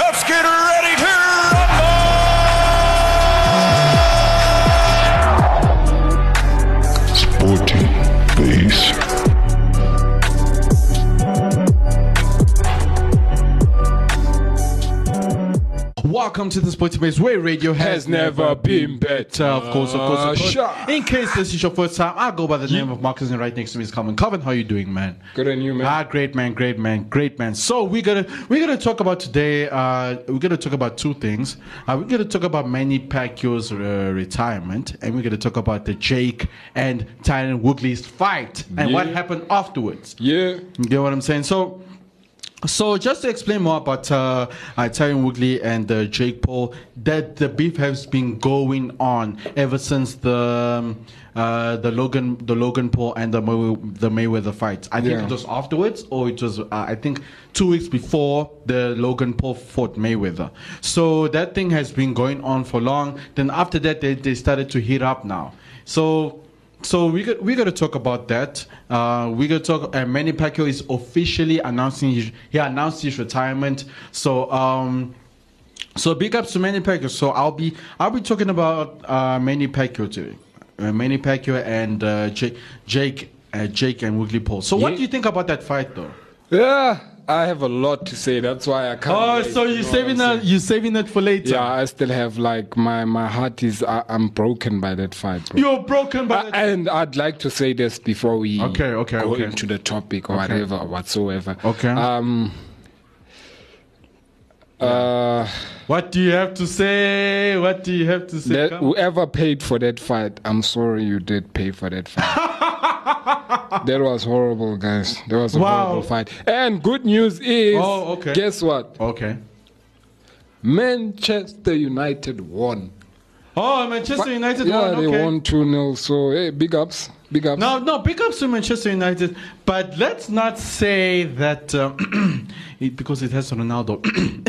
let's get ready to rumble! Sporting base. Welcome to the Sporting Base where radio has, Has never been better. Of course, of course, of course. Sure. In case this is your first time, I go by the name of Marcus, and right next to me is Calvin. Calvin, how you doing, man? Good on you, man. Ah, great man, great man, great man. So we're gonna we're gonna talk about today. Uh, we're gonna talk about two things. Uh, we're gonna talk about Manny Pacquiao's uh, retirement, and we're gonna talk about the Jake and Tyron Woodley's fight and what Yeah. happened afterwards. Yeah. You get what I'm saying? So, so just to explain more about uh, uh, Tyron Woodley and uh, Jake Paul, that the beef has been going on ever since the um, uh, the Logan the Logan Paul and the May- the Mayweather fight. I think Yeah. it was afterwards, or it was uh, I think two weeks before the Logan Paul fought Mayweather. So that thing has been going on for long. Then after that, they, they started to heat up now. So so we got, we got to talk about that. Uh, we got to talk. Uh, Manny Pacquiao is officially announcing his, he announced his retirement. So um, so big ups to Manny Pacquiao. So I'll be I'll be talking about uh, Manny Pacquiao today, uh, Manny Pacquiao and uh, Jake Jake uh, Jake and Wiggly Paul. So what Yeah. do you think about that fight though? Yeah. I have a lot to say. That's why I can't. Oh, wait, so you you're know what saving I'm that saying? you're saving that for later. Yeah, I still have like my my heart is I, I'm broken by that fight, bro. You're broken by Uh, that. and I'd like to say this before we Okay, okay, go okay. into the topic or whatever whatsoever. Okay. Um. Uh, What do you have to say? What do you have to say? that, Come on. whoever paid for that fight, I'm sorry you did pay for that fight. that was horrible, guys. That was a Wow. horrible fight. And good news is, Oh, okay. guess what? okay. Manchester United won. Oh, Manchester United yeah, won. Okay. they won 2 0. So, hey, big ups. Big ups. No, no, big ups to Manchester United, but let's not say that uh, it, because it has Ronaldo. um,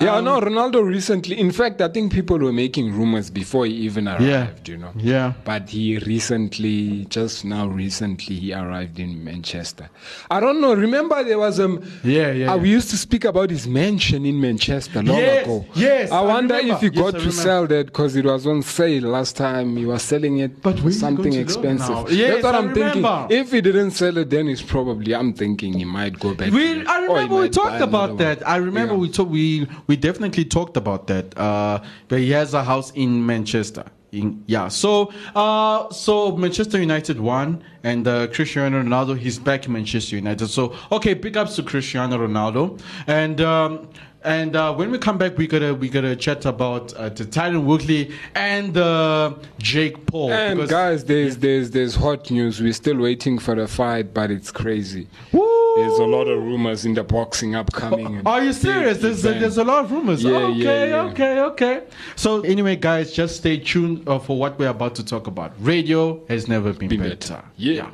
Yeah, no, Ronaldo recently. In fact, I think people were making rumors before he even arrived, you know. Yeah. But he recently, just now recently, he arrived in Manchester. I don't know. Remember, there was um. Yeah, yeah, uh, We yeah. used to speak about his mansion in Manchester long Yes, ago. yes, I I wonder remember. if he Yes, I got to remember. sell that because it was on sale last time. He was selling it But for where you something going to live expensive. now? Yes, That's what I am remember. thinking. If he didn't sell it, then it's probably. I'm thinking he might go back. to we, Oh, it, I or he remember we might buy talked another about one. that. I remember Yeah. we talk, we we definitely talked about that. Uh, but he has a house in Manchester. In, yeah, so uh, so Manchester United won, and uh, Cristiano Ronaldo he's back in Manchester United. So okay, big ups to Cristiano Ronaldo, and um, and uh, when we come back, we gotta we gotta chat about uh, the Tyron Woodley and uh, Jake Paul. And because- guys, there's there's there's hot news. We're still waiting for the fight, but it's crazy. Woo! There's a lot of rumors in the boxing upcoming. and Uh, Are you big serious? There's a, event. there's a lot of rumors. Oh, Yeah, okay, yeah, yeah. okay, okay. So anyway, guys, just stay tuned uh, for what we're about to talk about. Radio has never been, Been better. better. Yeah.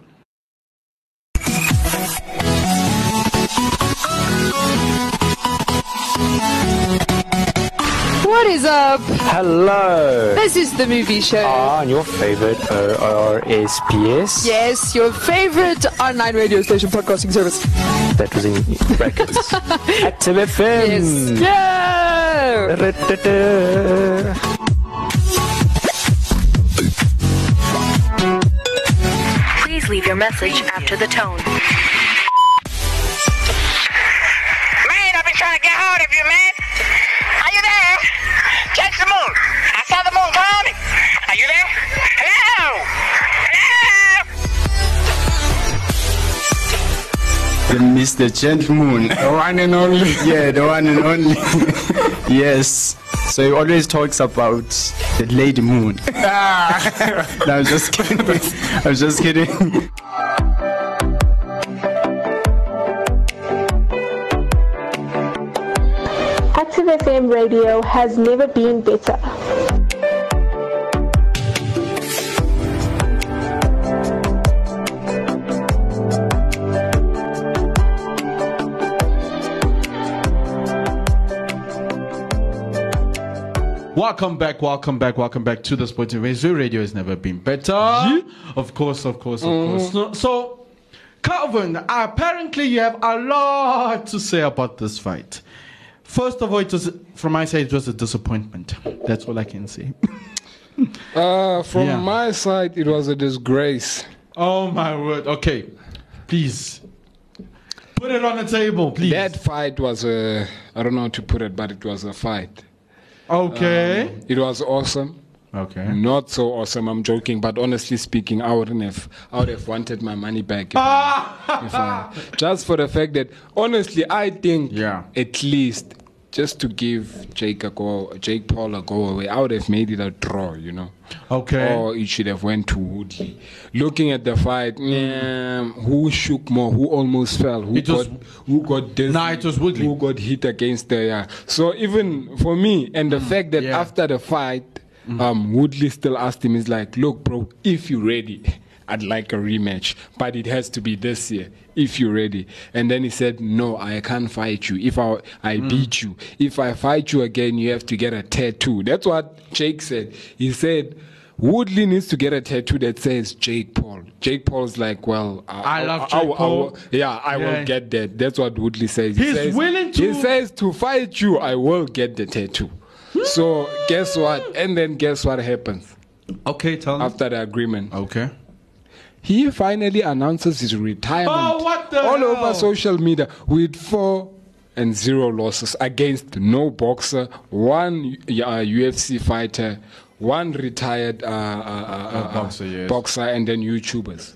What is up? Hello. This is the movie show. Ah, and your favorite RRSPS? yes, your favorite online radio station podcasting service. That was in brackets. Active Yes. FM. Hmm. Yeah! Da-da-da. Please leave your message after the tone. Man, I've been trying to get hold of you, man. Are you there? Catch the moon. I saw the moon coming. Are you there? Hello? Hello? Mr. Gentleman. The one and only. Yeah, the one and only. yes. So he always talks about the lady moon. Ah. no, I'm just kidding. I'm just kidding. Active FM radio has never been better. Welcome back, welcome back, welcome back to the Sports Radio. Radio has never been better. Of course, of course, of Mhm. Mm-hmm. course. So, so, Calvin, apparently you have a lot to say about this fight. First of all, it was from my side, it was a disappointment. That's all I can say. Uh, from Yeah. my side, it was a disgrace. Oh my word! Okay, please put it on the table, please. That fight was a I don't know how to put it, but it was a fight. Okay. Um, it was awesome. Um, Okay. Not so awesome. I'm joking, but honestly speaking, I wouldn't have. I would have wanted my money back. if I- if I- just for the fact that, honestly, I think at least just to give Jake a go, Jake Paul a go away, I would have made it a draw. You know. Okay. Or it should have went to Woodley. Looking at the fight, mm, who shook more? Who almost fell? Who It got? was- who got dizzy? Nah, it was Woodley. Who got hit against the? Yeah. So even for me, and Mm. the fact that after the fight, um, Woodley still asked him, he's like, "Look, bro, if you're ready." I'd like a rematch, but it has to be this year if you're ready. And then he said, "No, I can't fight you. If I I Mm. beat you, if I fight you again, you have to get a tattoo." That's what Jake said. He said, Woodley needs to get a tattoo that says Jake Paul. Jake Paul's like, well, I love Jake Paul. yeah, I Yeah. will get that. That's what Woodley says. He's says, willing to- He says to fight you, I will get the tattoo. Hmm. so guess what? And then guess what happens? Okay, tell After the agreement. Okay. He finally announces his retirement Oh, what the all over hell? social media with four and zero losses against no boxer, one U- uh, UFC fighter, one retired uh, uh, uh, uh, boxer, boxer, and then YouTubers.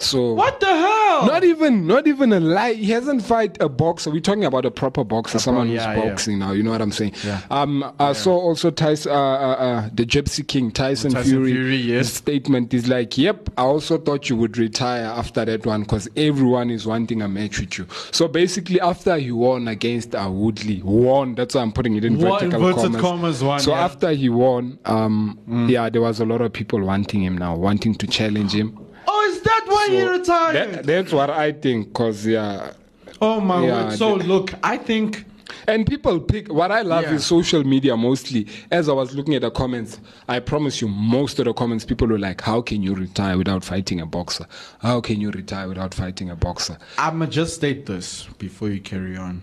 So what the hell? Not even, not even a lie. He hasn't fight a boxer. We're talking about a proper boxer, someone yeah, who's yeah. boxing now. You know what I'm saying? Um, I saw also Tyson, uh, uh, uh, the Gypsy King, Tyson, Tyson Fury. Fury, yes. his Statement is like, "Yep, I also thought you would retire after that one because everyone is wanting a match with you." So basically, after he won against uh, Woodley, won. That's why I'm putting it in Won- vertical inverted commas. commas won, so yeah. Mm. after he won, um, yeah, there was a lot of people wanting him now, wanting to challenge him. Oh, is that why he retired? That- that's what I think, cause yeah. Oh my word. So look, I think. And people pick what I love Yeah. is social media mostly. As I was looking at the comments, I promise you, most of the comments people were like, "How can you retire without fighting a boxer? How can you retire without fighting a boxer?" I'ma just state this before you carry on.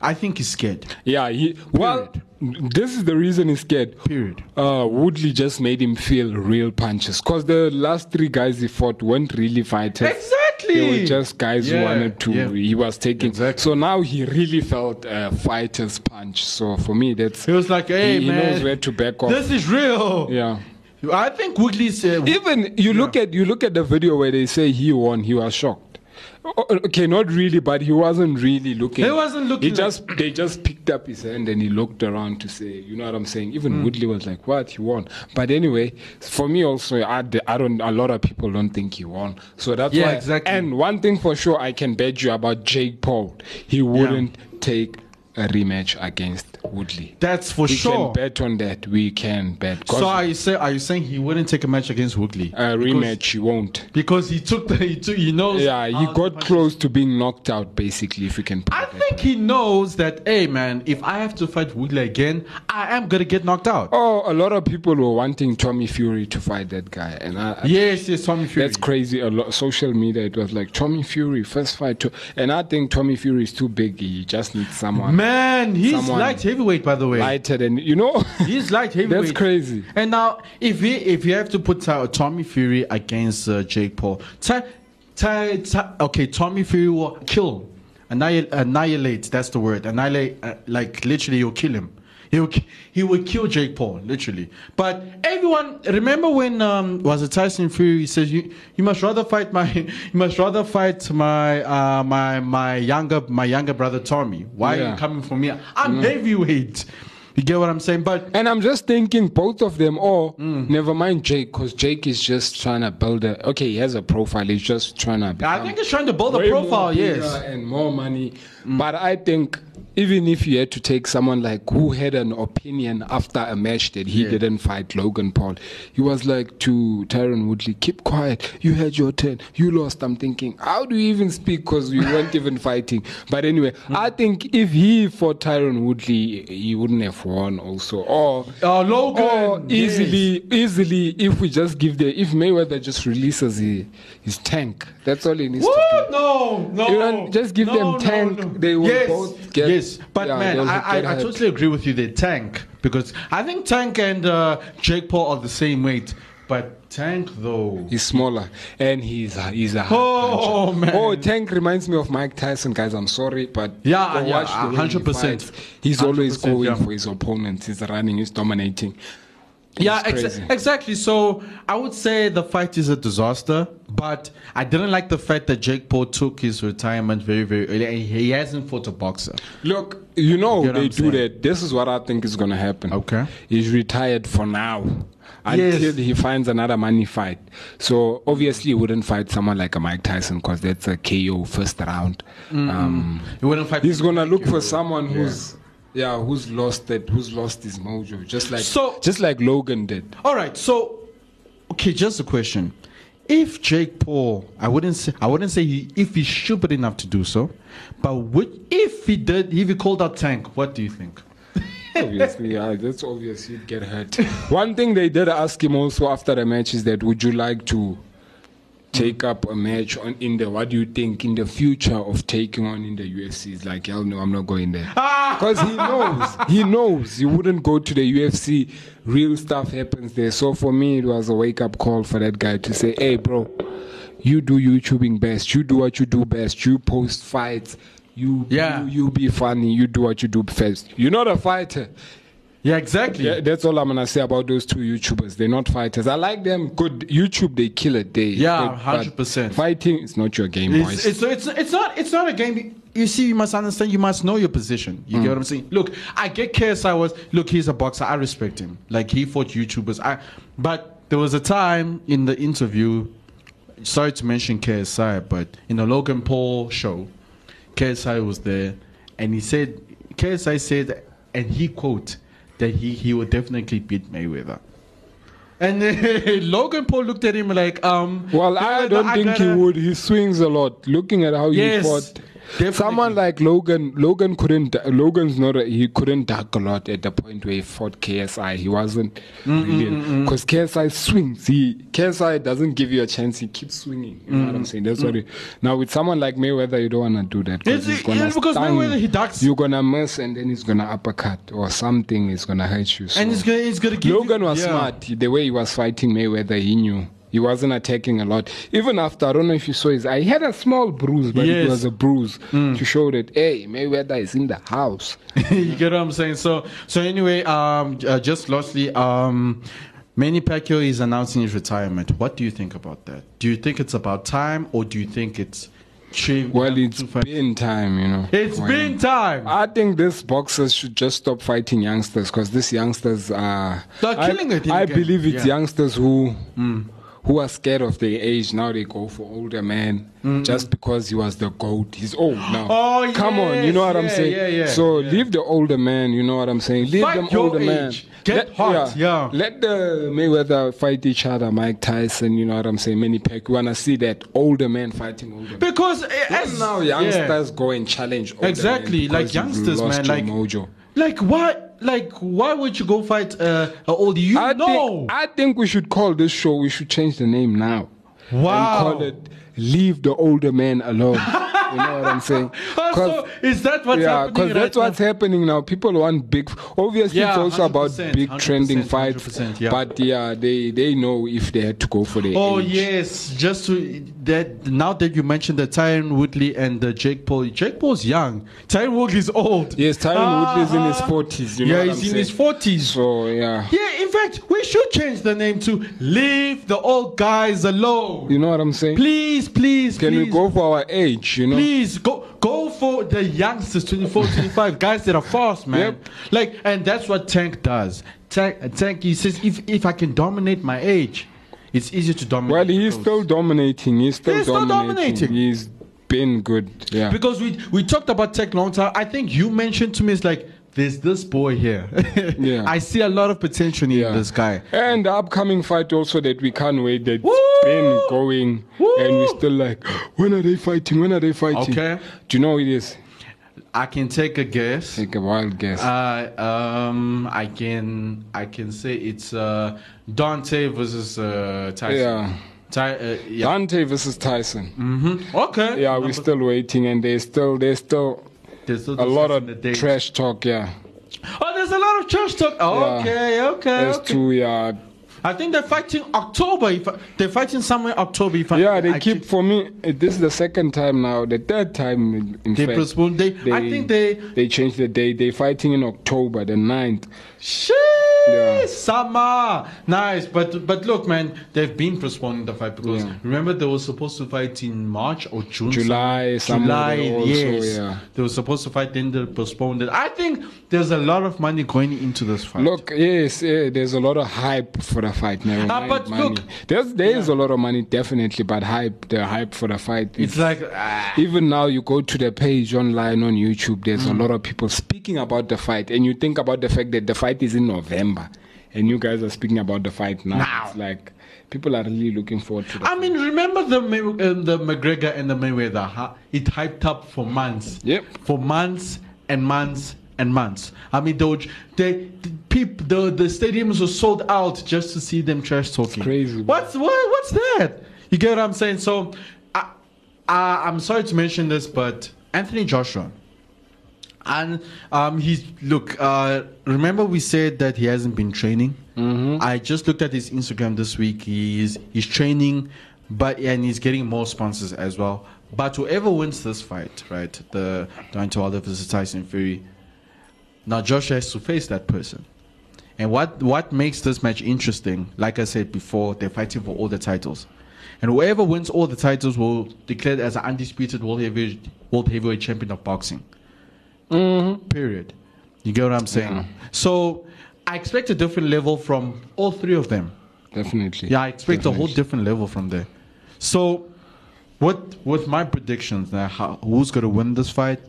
I think he's scared. Yeah, he well, this is the reason he's scared. Period. Uh, Woodley just made him feel real punches because the last three guys he fought weren't really fighters. Exactly. They were just guys who Yeah, wanted to. yeah. He was taking. So now he really felt a fighter's punch. So for me, that's. He was like, "Hey, he, man, knows where to back off. This is real. Yeah. I think Woodley's uh, Even you look at you look at the video where they say he won. He was shocked. O- Okay, not really, but he wasn't really looking. He wasn't looking He like- just they just picked up his hand and he looked around to say, you know what I'm saying. Even Hmm. Woodley was like, "What? He won." But anyway, for me also, I, d- I don't. A lot of people don't think he won, so that's Yeah, why. exactly. And one thing for sure, I can bet you about Jake Paul. He wouldn't take a rematch against Woodley. That's for we sure. can bet on that. We can bet. 'Cause So are you say are you saying he wouldn't take a match against Woodley? a rematch, he won't. because he took the he, took, he knows. Yeah, he how to got punch. close to being knocked out, basically, if you can. put I it that think he knows that. Hey man, if I have to fight Woodley again, I am gonna get knocked out. Oh, a lot of people were wanting Tommy Fury to fight that guy, and I, I- Yes, yes, Tommy Fury. that's crazy. A lot social media, it was like Tommy Fury first fight, to, and I think Tommy Fury is too big. He just needs someone. Man, he's Someone light heavyweight, by the way. lighter than you know. He's light heavyweight. crazy. And now, if he if you have to put uh, Tommy Fury against uh, Jake Paul, Ty, Ty, Ty- okay, Tommy Fury will kill, annihilate. annihilate that's the word. Annihilate. Uh, like literally, you'll kill him. He will, ki- he will kill Jake Paul, literally. But everyone, remember when um, was it Tyson Fury? He says you you must rather fight my you must rather fight my uh, my my younger my younger brother Tommy. Why are Yeah. you coming for me? I'm Yeah. heavyweight. You get what I'm saying? But And I'm just thinking both of them, or Mm. never mind Jake, because Jake is just trying to build a. Okay, he has a profile. He's just trying to. I think he's trying to build a way more profile, bigger yes. and more money. But I think even if you had to take someone like who had an opinion after a match that he Yeah. didn't fight Logan Paul, he was like to Tyron Woodley, keep quiet. You had your turn. You lost. I'm thinking, how do you even speak? Because you weren't even fighting. But anyway, Hmm. I think if he fought Tyron Woodley, he wouldn't have won also. Or, Uh, Logan, or yes. easily, easily, if we just give the, if Mayweather just releases his, his tank, that's all he needs to do. No, no. You don't- just give them tank. They will yes, both get. yes. But yeah, man, they'll I, get I, I hurt. totally agree with you there, Tank, because I think Tank and uh, Jake Paul are the same weight, but Tank though he's smaller and he's a, he's a oh man. Oh, Tank reminds me of Mike Tyson, guys. I'm sorry, but Yeah, go yeah, watch the way he 100%. fights. He's always 100%, going yeah. for his opponents. He's running. He's dominating. He's yeah, exa- crazy. exactly. So I would say the fight is a disaster, but I didn't like the fact that Jake Paul took his retirement very, very early. and He hasn't fought a boxer. Look, you know Get what they I'm do saying? that. This is what I think is going to happen. Okay, he's retired for now Yes. until he finds another money fight. So obviously, he wouldn't fight someone like a Mike Tyson because that's a KO first round. Mm, Um, he wouldn't fight. He's gonna look for someone who's yeah, who's lost it, who's lost his mojo, just like So- just like Logan did. All right, so okay, just a question. If Jake Paul, I wouldn't say I wouldn't say he, if he's stupid enough to do so, but would, if he did, if he called out Tank, what do you think? obviously, yeah, that's obvious. He'd get hurt. One thing they did ask him also after the match is that would you like to take up a match on in the what do you think in the future of taking on in the UFC? He's like, hell no, I'm not going there. Because he knows, he knows you wouldn't go to the UFC. Real stuff happens there. So for me, it was a wake up call for that guy to say, hey, bro, you do YouTubing best. You do what you do best. You post fights. You, yeah. you you be funny. You do what you do best. You're not a fighter. Yeah, exactly. that's all I'm gonna say about those two YouTubers. They're not fighters. I like them. Good YouTube, they kill it. They Yeah, but- but 100%. Fighting is not your game, It's, boys. it's, it's, it's not it's not a game. You see, you must understand. You must know your position. You get what I'm saying? Look, I get KSI was look. He's a boxer. I respect him. Like he fought YouTubers. I, but there was a time in the interview. Sorry to mention KSI, but in the Logan Paul show, KSI was there, and he said KSI said, and he quote that he he would definitely beat Mayweather. And Logan Paul looked at him like, um. Well, I "Yeah, don't I think he gotta- would. He swings a lot. Looking at how Yes, he fought. Someone like Logan, Logan couldn't. du- Logan's not. A, he couldn't duck a lot at the point where he fought KSI. He wasn't Mm, mm, mm, mm. because KSI swings. He KSI doesn't give you a chance. He keeps swinging. You know what I'm saying? That's what. It, now with someone like Mayweather, you don't want to do that It's- it's because Mayweather, he ducks. You're gonna miss, and then he's gonna uppercut or something is gonna hurt you. So. And it's gonna, it's gonna give Logan you, was yeah. smart. The way he was fighting Mayweather, he knew. He wasn't attacking a lot. Even after, I don't know if you saw his eye, he had a small bruise, but Yes. Mm. it was a bruise to show that, hey, Mayweather is in the house. you get what I'm saying? So, so anyway, um, uh, just lastly, um, Manny Pacquiao is announcing his retirement. What do you think about that? Do you think it's about time, or do you think it's shame? Well, it's been time, you know. It's been time. I think these boxers should just stop fighting youngsters because these youngsters are. They're I, killing it in I the game. believe it's Yeah. Mm. youngsters who who are scared of their age. Now they go for older men just because he was the goat. He's old now. Oh, come on, you know what I'm yes, saying? yeah, yeah, yeah. So leave the older man. You know what I'm saying? Leave Fight them your older man. age. Get hot, yeah. Let the Mayweather fight each other. Mike Tyson. You know what I'm saying? Manny Pacquiao. We wanna see that older man fighting older. men. Because uh, as As now youngsters go and challenge older men Exactly, like because you've youngsters, lost man, your like- mojo. like why, like why would you go fight uh, an old? You I know, think, I think we should call this show. We should change the name now. Wow. And call it "Leave the Older Man Alone." you know what I'm saying? Also, is that Oh, what's yeah, happening? right that's what's happening now. People want big. Obviously, Yeah, it's also about 100%, big trending 100%, fights. 100%, yeah. But yeah, they they know if they had to go for the. Oh age. yes, just to, that. Now that you mentioned the Tyron Woodley and the Jake Paul, Jake Paul's young. Tyron Woodley's old. Yes, Tyron Woodley's in his Uh-huh. 40s. You know yeah, what he's I'm in his saying? forties. So yeah. Yeah, in fact, we should change the name to "Leave the Old Guys Alone." You know what I'm saying? Please, please, Can please, we go for our age? You know. please go go for the youngsters, 24, 25 guys that are fast, man. Like, and that's what Tank does. Tank, Tank, he says, if if I can dominate my age, it's easier to dominate. Well, he's still dominating. He's still He's still dominating. dominating. He's been good. Yeah. Because we we talked about tech long time. I think you mentioned to me it's like there's this boy here. yeah. I see a lot of potential in this guy. And the upcoming fight also that we can't wait that's been going and we're still like, when are they fighting? When are they fighting? Okay. Do you know who it is? I can take a guess. Take a wild guess. Uh, um, I can I can say it's uh, Dante versus uh, Tyson. Yeah. Ty, uh, yeah. Dante versus Tyson. Mm-hmm. Okay. Yeah, we're still waiting and there's still there's still, still a lot discussing the of date. trash talk, yeah. Oh, there's a lot of trash talk. Oh, Yeah. Okay, okay, There's okay. two yeah. I think they're fighting October. If I, they're fighting somewhere October. If I, Yeah, they I keep for me. uh, This is the second time now, the third time in- in They fact. postponed- they- I think they- they changed the date. They fighting in October the 9th. Sheesh, summer, nice. But but look, man, they've been postponing the fight because remember they were supposed to fight in March or June, July, somewhere July. there also, yes, yeah. they were supposed to fight. Then they postponed it. I think there's a lot of money going into this fight. Look, yes, eh, there's a lot of hype for the fight. Never Ah, mind but money. look- there's there is a lot of money definitely, but hype, the hype for the fight. it's is- like ah, even now you go to the page online on YouTube. There's Mm. a lot of people speaking about the fight, and you think about the fact that the fight is in November, and you guys are speaking about the fight now. Now. It's like people are really looking forward to. The I mean, remember the May- um, the McGregor and the Mayweather? Huh? It hyped up for months. Yep. For months and months and months. I mean, they, would- they the, peop, the the stadiums were sold out just to see them trash talking. crazy, bro. What's what, what's that? You get what I'm saying? So, I, I I'm sorry to mention this, but Anthony Joshua. And um, he's look. Uh, remember, we said that he hasn't been training. I just looked at his Instagram this week. He's he's training, but and he's getting more sponsors as well. But whoever wins this fight, right, the Deontay Wilder versus Tyson Fury, now Joshua has to face that person. And what what makes this match interesting? Like I said before, they're fighting for all the titles, and whoever wins all the titles will declared as an undisputed world heavyweight world heavyweight champion of boxing. Period. You get what I'm saying? So I expect a different level from all three of them. definitely. Yeah, I expect a whole different level from there. So, what with my predictions now? How, who's gonna win this fight?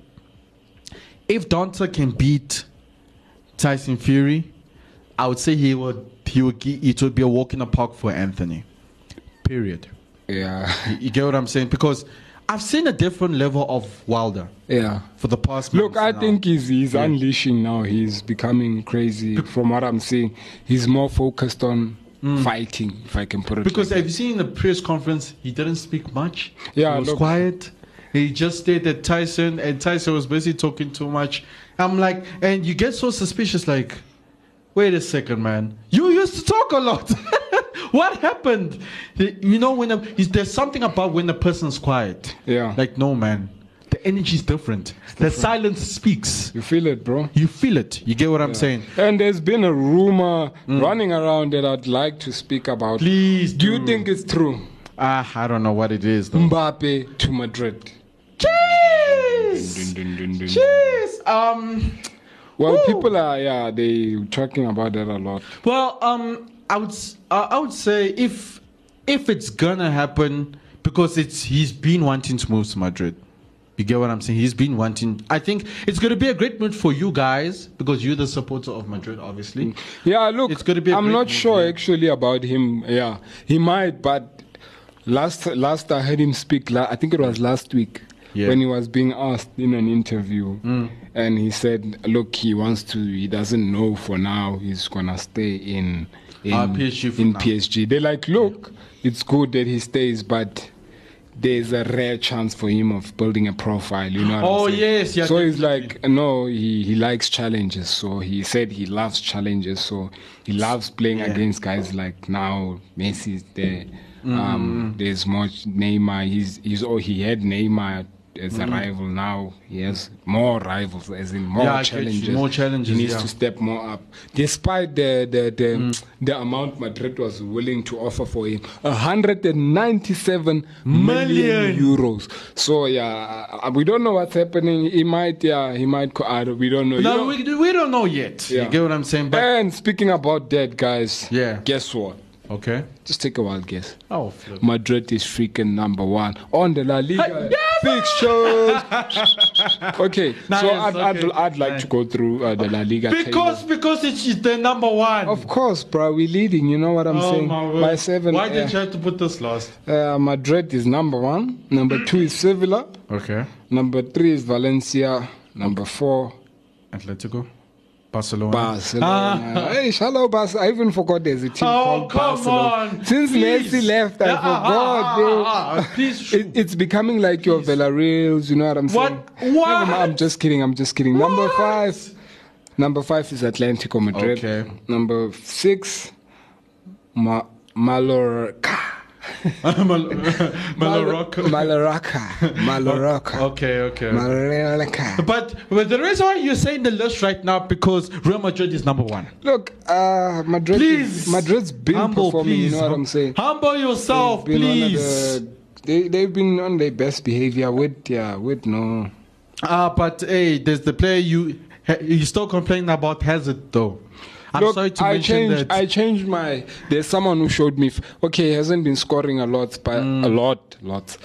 If Dante can beat Tyson Fury, I would say he would. He would. gi- It would be a walk in the park for Anthony. Period. Yeah, You get what I'm saying? Because I've seen a different level of Wilder yeah. for the past. Look, months I now. think he's he's unleashing now. He's becoming crazy. From what I'm seeing, he's more focused on fighting, if I can put it. Hmm. Because like have you seen in the press conference? He didn't speak much. Yeah, he was look- quiet. He just stayed at Tyson, and Tyson was basically talking too much. I'm like, and you get so suspicious. Like, wait a second, man. You used to talk a lot. what happened? The- You know, when a, is there's something about when a person's quiet. Yeah. Like, no, man. The energy's different. The silence speaks. you feel it, bro. You feel it. You get what I'm saying? And there's been a rumor running around that I'd like to speak about. Hmm. Please. Do you think it's true? Ah, I don't know what it is though. Mbappe to Madrid. Cheers. Dun, dun, dun, dun. Cheers. Um. Well, Woo. people are yeah, they talking about that a lot. Well, um, I would s- uh, I would say if if it's gonna happen because it's he's been wanting to move to Madrid. You get what I'm saying? He's been wanting. I think it's gonna be a great move for you guys because you're the supporter of Madrid, obviously. Mm. Yeah, look, It's gonna be a I'm great not move, sure yeah. actually about him. Yeah, he might, but last last I heard him speak, la- I think it was last week Yeah. Mm. when he was being asked in an interview, and he said, "Look, he wants to. He doesn't know for now. He's gonna stay in in, Ah, PSG for in now. PSG." They're like, "Look, it's good that he stays, but." There's a rare chance for him of building a profile, you know. what I'm Oh, saying? yes, yeah, So he's definitely. like, no, he, he likes challenges. So he said he loves challenges. So he loves playing against guys like now Messi's there. Mm-hmm. Um, there's much Neymar. He's he's oh he had Neymar as Mm-hmm. a rival. Now he has more rivals, as in more Yeah, I get you. challenges. More challenges, He needs yeah. to step more up. Despite the the the, Mm. the amount Madrid was willing to offer for him, 197 million Million. euros. So yeah, uh, we don't know what's happening. He might, yeah, he might. Co- I don't- we don't know. You No, know- we, we don't know yet. Yeah. You get what I'm saying? But and speaking about that, guys. Yeah. Guess what? Okay. Just take a wild guess. Oh, flip. Madrid is freaking number one on the La Liga fixtures. okay, Nice, so I'd, I'd, okay. I'd like to go through uh, the La Liga. Because because it's it's the number one. Of course, bro. We're leading. You know what Oh, I'm oh, saying? My word. By seven. Why uh, did you have to put this last? uh, Madrid is number one. Number two is Sevilla. Okay. Number three is Valencia. Number four, Atletico. Barcelona. Barcelona. Ah. Hey, hello, Bas. I even forgot there's a team Oh, called come Barcelona. on. Since Please. Messi left, I Ah, ah, forgot, ah, bro. ah, ah, please. It- it's becoming like your Villarreals. You know what I'm What? saying? What? Never mind, I'm just kidding. I'm just kidding. Number five. Number five is Atlético Madrid. Okay. Number six, Ma- Mallorca. Mal- Mallorca. Mallorca. Mallorca. Okay, okay. Mallorca. But, but the reason why you're saying the list right now because Real Madrid is number one. Look, uh, Madrid. Please. Madrid's been Humble, performing. please. You know what I'm saying? Humble yourself, They've been one of please. the- they they've been on their best behavior with yeah with no. Ah, but hey, there's the player you you still complaining about Hazard though. I'm Look, sorry to I mention changed, that. I changed my. There's someone who showed me. f- Okay, he hasn't been scoring a lot, but Mm. a lot, lots.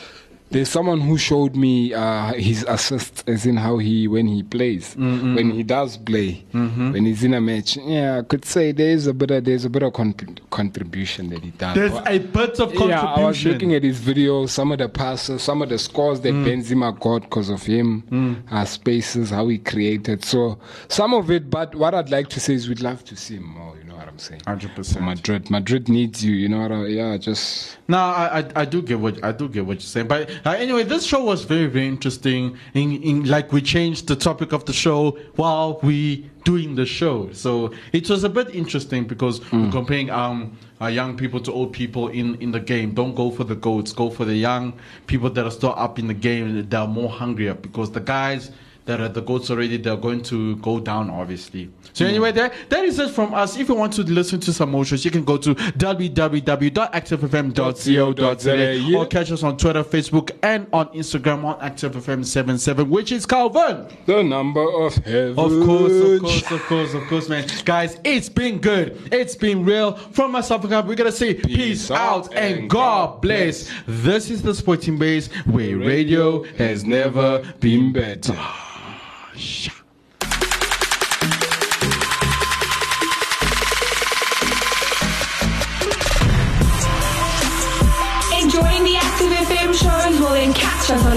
There's someone who showed me uh, his assists, as in how he when he plays, when he does play, Mm-hmm. when he's in a match. Yeah, I could say there's a bit of there's a bit of con- contribution that he does. there's But- a bit of contribution. Mm. Yeah, I was looking at his video, some of the passes, some of the scores that Benzema got because of him, uh, spaces, how he created. So some of it, but what I'd like to say is we'd love to see him more. You know what I'm saying? Hundred For percent. Madrid, Madrid needs you. You know what? I, yeah, just No, I, I I do get what I do get what you're saying, but uh, anyway, this show was very very interesting. In in like we changed the topic of the show while we doing the show, so it was a bit interesting because we're comparing um uh, young people to old people in in the game. Don't go for the goats, go for the young people that are still up in the game. They are more hungrier because the guys that are the goats already, they're going to go down, obviously. So anyway, that, that is it from us. If you want to listen to some more shows, you can go to www.activefm.co.za Yeah. or catch us on Twitter, Facebook, and on Instagram on ActiveFM77, which is Calvin. the number of heaven. Of course, of course, of course, of course, man. Guys, it's been good. It's been real. From myself and Calvin, we're going to say peace, out and, God, bless. This is the Sporting Base where radio has never been better. Enjoying the Active FM shows? Well, then catch us on